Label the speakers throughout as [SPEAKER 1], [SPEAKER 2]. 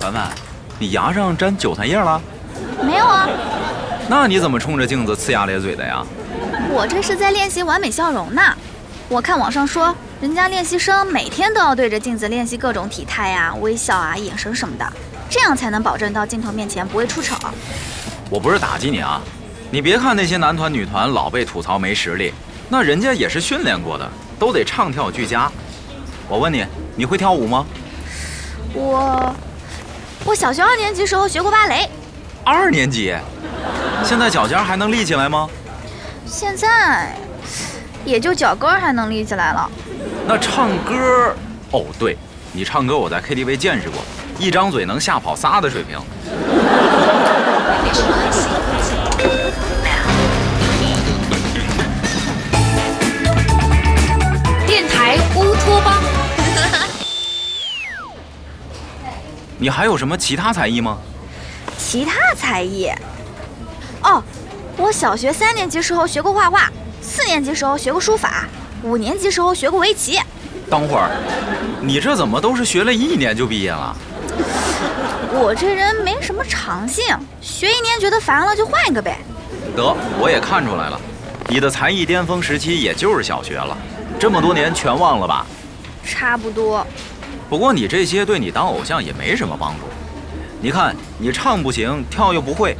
[SPEAKER 1] 凡凡，你牙上沾韭菜叶了？
[SPEAKER 2] 没有啊，
[SPEAKER 1] 那你怎么冲着镜子呲牙咧嘴的呀？
[SPEAKER 2] 我这是在练习完美笑容呢。我看网上说，人家练习生每天都要对着镜子练习各种体态呀、微笑啊、眼神什么的，这样才能保证到镜头面前不会出丑。
[SPEAKER 1] 我不是打击你啊，你别看那些男团女团老被吐槽没实力，那人家也是训练过的，都得唱跳俱佳。我问你，你会跳舞吗？
[SPEAKER 2] 我，我小学二年级时候学过芭蕾，
[SPEAKER 1] 二年级，现在脚尖还能立起来吗？
[SPEAKER 2] 现在也就脚跟儿还能立起来了。
[SPEAKER 1] 那唱歌，哦，对，你唱歌我在 KTV 见识过，一张嘴能吓跑仨的水平。
[SPEAKER 3] 电台乌托邦。
[SPEAKER 1] 你还有什么其他才艺吗？
[SPEAKER 2] 其他才艺，哦，我小学三年级时候学过画画，四年级时候学过书法，五年级时候学过围棋。
[SPEAKER 1] 等会儿，你这怎么都是学了一年就毕业了？
[SPEAKER 2] 我这人没什么长性，学一年觉得烦了就换一个呗。
[SPEAKER 1] 得，我也看出来了，你的才艺巅峰时期也就是小学了，这么多年全忘了吧？
[SPEAKER 2] 差不多，
[SPEAKER 1] 不过你这些对你当偶像也没什么帮助。你看，你唱不行，跳又不会，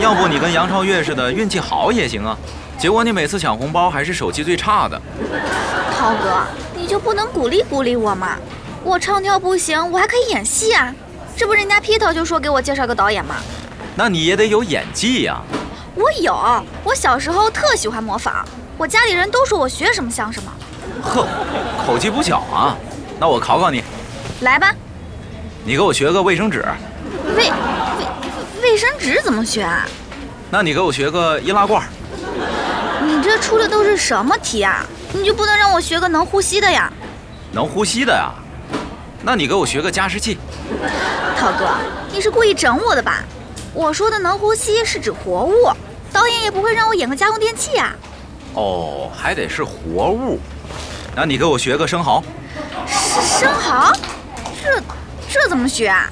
[SPEAKER 1] 要不你跟杨超越似的，运气好也行啊。结果你每次抢红包还是手气最差的。
[SPEAKER 2] 涛哥，你就不能鼓励鼓励我吗？我唱跳不行，我还可以演戏啊！这不人家 Peter 就说给我介绍个导演吗？
[SPEAKER 1] 那你也得有演技呀、
[SPEAKER 2] 我有，我小时候特喜欢模仿，我家里人都说我学什么像什么。
[SPEAKER 1] 呵，口气不小啊。那我考考你，
[SPEAKER 2] 来吧，
[SPEAKER 1] 你给我学个卫生纸，
[SPEAKER 2] 卫卫卫生纸怎么学啊？
[SPEAKER 1] 那你给我学个易拉罐。
[SPEAKER 2] 你这出的都是什么题啊？你就不能让我学个能呼吸的呀？
[SPEAKER 1] 能呼吸的呀、那你给我学个加湿器。
[SPEAKER 2] 涛哥，你是故意整我的吧？我说的能呼吸是指活物，导演也不会让我演个家用电器啊呀、
[SPEAKER 1] 哦，还得是活物。那你给我学个生蚝，
[SPEAKER 2] 生蚝，这这怎么学啊？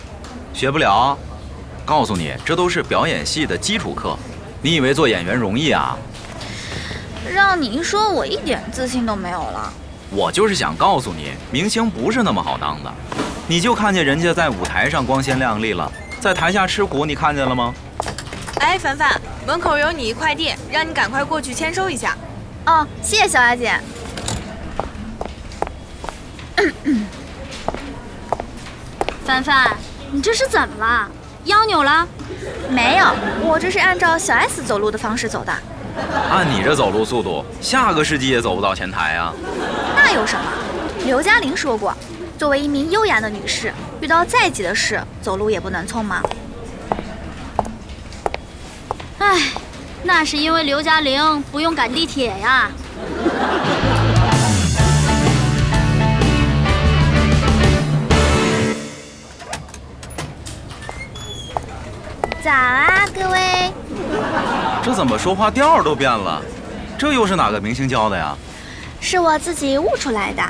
[SPEAKER 1] 学不了啊。告诉你，这都是表演系的基础课。你以为做演员容易啊？
[SPEAKER 2] 让你一说，我一点自信都没有了。
[SPEAKER 1] 我就是想告诉你，明星不是那么好当的。你就看见人家在舞台上光鲜亮丽了，在台下吃苦，你看见了吗？
[SPEAKER 4] 哎，凡凡，门口有你一块地，让你赶快过去签收一下。
[SPEAKER 2] 哦，谢谢小雅 姐。
[SPEAKER 3] 凡凡，你这是怎么了？腰扭了？
[SPEAKER 2] 没有，我这是按照小 S 走路的方式走的，
[SPEAKER 1] 按你这走路速度，下个世纪也走不到前台啊！
[SPEAKER 2] 那有什么？刘嘉玲说过，作为一名优雅的女士，遇到再急的事，走路也不能匆忙。
[SPEAKER 3] 唉，那是因为刘嘉玲不用赶地铁呀。
[SPEAKER 2] 早啊，各位！
[SPEAKER 1] 这怎么说话调儿都变了？这又是哪个明星教的呀？
[SPEAKER 2] 是我自己悟出来的。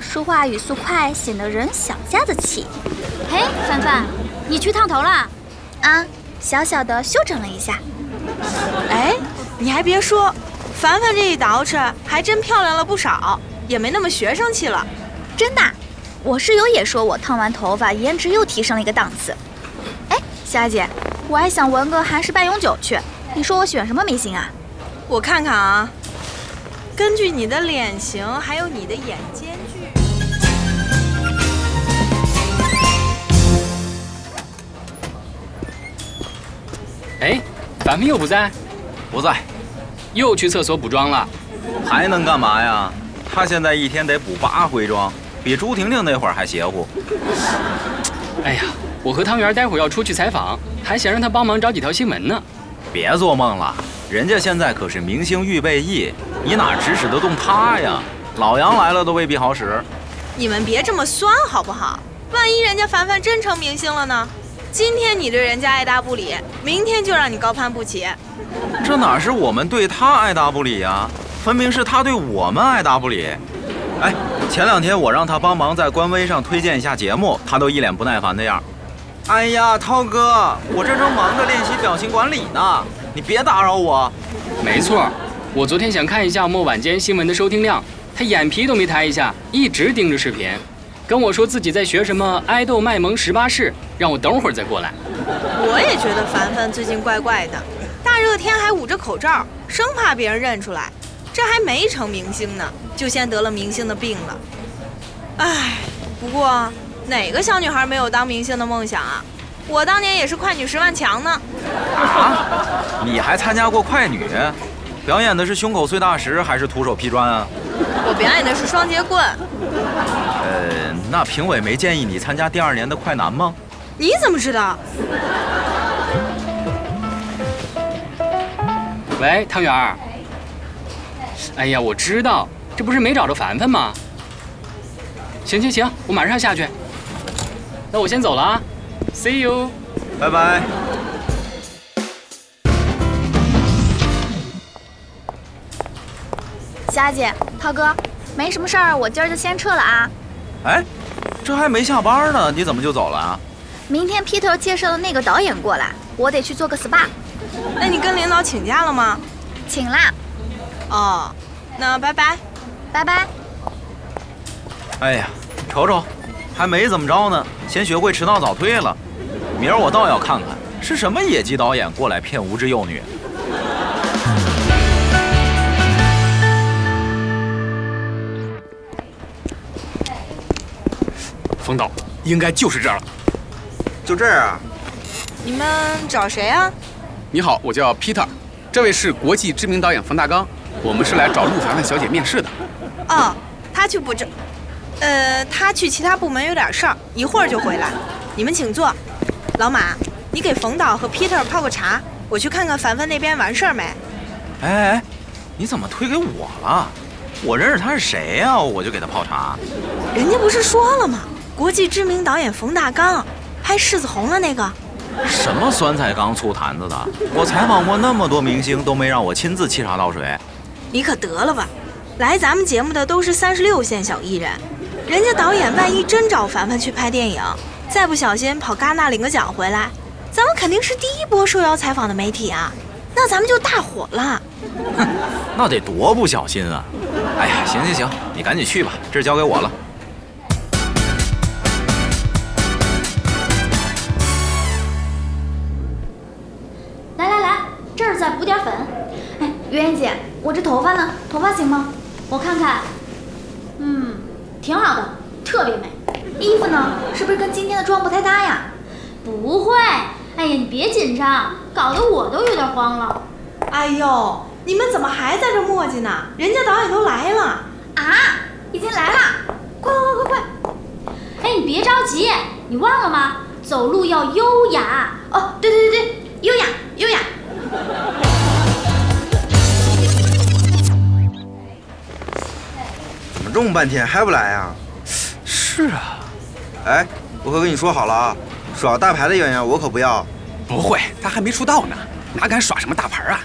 [SPEAKER 2] 说话语速快，显得人小家子气
[SPEAKER 3] 哎，凡凡，你去烫头啦？
[SPEAKER 2] 啊，小小的修整了一下。
[SPEAKER 4] 哎，你还别说，凡凡这一捯饬还真漂亮了不少，也没那么学生气了。
[SPEAKER 2] 真的，啊我室友也说我烫完头发颜值又提升了一个档次。哎，霞姐，我还想纹个韩式半永久去，你说我选什么眉形啊？
[SPEAKER 4] 我看看啊，根据你的脸型还有你的眼间距，
[SPEAKER 5] 哎，凡凡又不在，
[SPEAKER 1] 不在，
[SPEAKER 5] 又去厕所补妆了。
[SPEAKER 1] 还能干嘛呀？他现在一天得补八回妆，比朱婷婷那会儿还邪乎。
[SPEAKER 5] 哎呀，我和汤圆待会儿要出去采访，还想让他帮忙找几条新闻呢。
[SPEAKER 1] 别做梦了，人家现在可是明星预备役，你哪指使得动他呀？老杨来了都未必好使。
[SPEAKER 4] 你们别这么酸好不好？万一人家凡凡真成明星了呢？今天你对人家爱答不理，明天就让你高攀不起。
[SPEAKER 1] 这哪是我们对他爱答不理呀、分明是他对我们爱答不理。哎，前两天我让他帮忙在官微上推荐一下节目，他都一脸不耐烦的样儿。哎呀，涛哥，我这正忙着练习表情管理呢，你别打扰我。
[SPEAKER 5] 没错，我昨天想看一下莫晚间新闻的收听量，他眼皮都没抬一下，一直盯着视频，跟我说自己在学什么《爱豆卖萌十八式》，让我等会儿再过来。
[SPEAKER 4] 我也觉得凡凡最近怪怪的，大热天还捂着口罩，生怕别人认出来。这还没成明星呢，就先得了明星的病了。唉，不过哪个小女孩没有当明星的梦想啊？我当年也是快女十万强呢。
[SPEAKER 1] 啊， 你还参加过快女？表演的是胸口碎大石还是徒手劈砖啊？
[SPEAKER 4] 我表演的是双截棍，
[SPEAKER 1] 呃，那评委没建议你参加第二年的快男吗？
[SPEAKER 4] 你怎么知道？
[SPEAKER 5] 喂，汤圆儿。哎呀，我知道，这不是没找着凡凡吗？行行行，我马上下去。那我先走了啊，see you。
[SPEAKER 1] 拜拜。
[SPEAKER 2] 霞姐、涛哥，没什么事儿，我今儿就先撤了啊。
[SPEAKER 1] 哎，这还没下班呢，你怎么就走了啊？
[SPEAKER 2] 明天 Peter 介绍的那个导演过来，我得去做个 SPA，
[SPEAKER 4] 那你跟领导请假了吗？
[SPEAKER 2] 请啦，
[SPEAKER 4] 哦，那拜拜。
[SPEAKER 2] 拜拜。
[SPEAKER 1] 哎呀，瞅瞅，还没怎么着呢，先学会迟到早退了。明儿我倒要看看是什么野鸡导演过来骗无知幼女。
[SPEAKER 6] 冯导，应该就是这儿了。
[SPEAKER 1] 就这样啊？
[SPEAKER 4] 你们找谁啊？
[SPEAKER 6] 你好，我叫 Peter，这位是国际知名导演冯大刚，我们是来找陆凡凡小姐面试的。
[SPEAKER 4] 哦，他去不正，呃，他去其他部门有点事儿，一会儿就回来。你们请坐。老马，你给冯导和 Peter 泡个茶，我去看看凡凡那边完事儿没。
[SPEAKER 1] 哎哎，你怎么推给我了？我认识他是谁呀、我就给他泡茶。
[SPEAKER 4] 人家不是说了吗？国际知名导演冯大刚，拍《狮子红了》那个。
[SPEAKER 1] 什么酸菜缸醋坛子的？我采访过那么多明星，都没让我亲自沏茶倒水。
[SPEAKER 4] 你可得了吧！来咱们节目的都是三十六线小艺人，人家导演万一真找凡凡去拍电影，再不小心跑戛纳领个奖回来，咱们肯定是第一波受邀采访的媒体啊，那咱们就大火了。
[SPEAKER 1] 那得多不小心啊！哎呀，行行行，你赶紧去吧，这儿交给我了。
[SPEAKER 3] 来来来，这儿再补点粉，
[SPEAKER 2] 哎，袁媛姐，我这头发呢？头发行吗？
[SPEAKER 3] 我看看。嗯，挺好的，特别美。
[SPEAKER 2] 衣服呢？是不是跟今天的妆不太搭呀？
[SPEAKER 3] 不会，哎呀，你别紧张，搞得我都有点慌了。
[SPEAKER 4] 哎呦，你们怎么还在这磨叽呢？人家导演都来了。
[SPEAKER 2] 啊，已经来啦！快快快快快！
[SPEAKER 3] 哎，你别着急，你忘了吗？走路要优雅。
[SPEAKER 2] 哦，对对对对，优雅优雅。
[SPEAKER 7] 怎么这么半天还不来啊？
[SPEAKER 5] 是啊，
[SPEAKER 7] 哎，我可跟你说好了啊，耍大牌的演员我可不要。
[SPEAKER 6] 不会，他还没出道呢，哪敢耍什么大牌啊？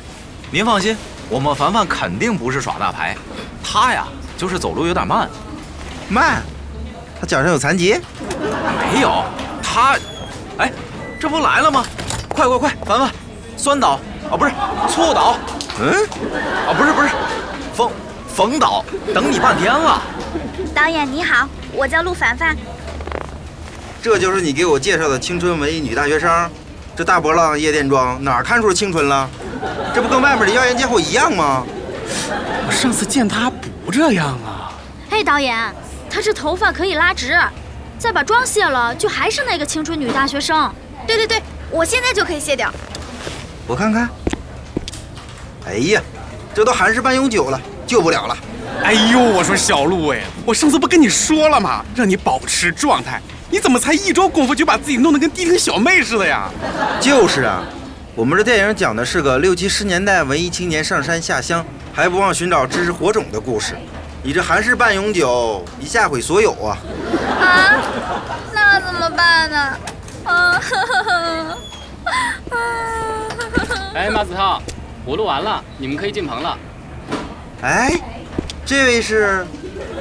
[SPEAKER 1] 您放心，我们凡凡肯定不是耍大牌，他呀就是走路有点慢。
[SPEAKER 7] 慢，他脚上有残疾？
[SPEAKER 1] 没有，他，哎，这不来了吗？快快快，凡凡，酸倒啊，不是醋倒
[SPEAKER 7] 嗯，
[SPEAKER 1] 啊，不是不是，冯冯导，等你半天了。
[SPEAKER 2] 导演你好，我叫陆凡凡。
[SPEAKER 7] 这就是你给我介绍的青春文艺女大学生？这大波浪夜店装哪儿看出青春了？这不跟外面的妖艳贱货一样吗？
[SPEAKER 6] 我上次见他不这样啊。
[SPEAKER 3] 哎，导演，她这头发可以拉直，再把妆卸了，就还是那个青春女大学生。
[SPEAKER 2] 哦对对对，我现在就可以卸掉。
[SPEAKER 7] 我看看。哎呀，这都韩式半永久了，救不了了。
[SPEAKER 6] 哎呦，我说小陆哎，我上次不跟你说了吗？让你保持状态，你怎么才一周功夫就把自己弄得跟迪厅小妹似的呀？
[SPEAKER 7] 就是啊，我们这电影讲的是个六七十年代文艺青年上山下乡，还不忘寻找知识火种的故事。你这韩式半永久，一下毁所有啊！
[SPEAKER 2] 啊，那怎么办呢？啊，呵呵呵，啊，呵呵呵
[SPEAKER 5] 哎，马子韬，我录完了，你们可以进棚了。
[SPEAKER 7] 哎，这位是……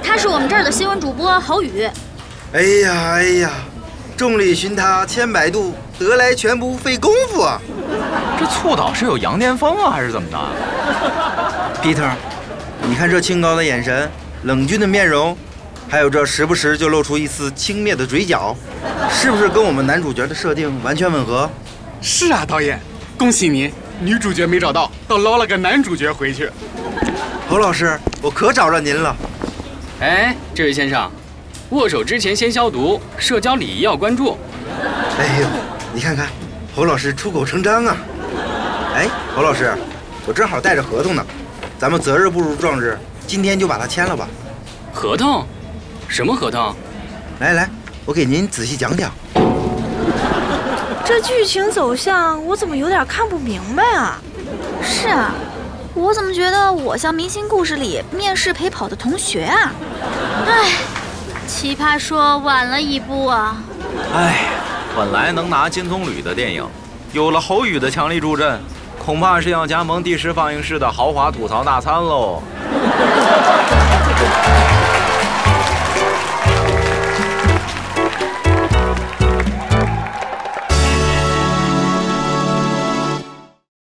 [SPEAKER 3] 她是我们这儿的新闻主播侯宇。
[SPEAKER 7] 哎呀哎呀，众里寻他千百度，得来全不费工夫啊。
[SPEAKER 1] 这醋岛是有羊癫疯啊，还是怎么的？
[SPEAKER 7] Peter，你看这清高的眼神，冷峻的面容，还有这时不时就露出一丝轻蔑的嘴角，是不是跟我们男主角的设定完全吻合？
[SPEAKER 6] 是啊，导演，恭喜您，女主角没找到，倒捞了个男主角回去。
[SPEAKER 7] 侯老师，我可找着您了。
[SPEAKER 5] 哎，这位先生，握手之前先消毒，社交礼仪要关注。
[SPEAKER 7] 哎呦，你看看，侯老师出口成章啊！哎，侯老师，我正好带着合同呢，咱们择日不如撞日，今天就把它签了吧。
[SPEAKER 5] 合同？什么合同？
[SPEAKER 7] 来来，我给您仔细讲讲。
[SPEAKER 4] 这剧情走向我怎么有点看不明白啊？
[SPEAKER 2] 是啊，我怎么觉得我像明星故事里面试陪跑的同学啊？
[SPEAKER 3] 唉，奇葩说晚了一步啊！
[SPEAKER 1] 哎，本来能拿金棕榈的电影，有了侯宇的强力助阵，恐怕是要加盟第十放映室的豪华吐槽大餐喽。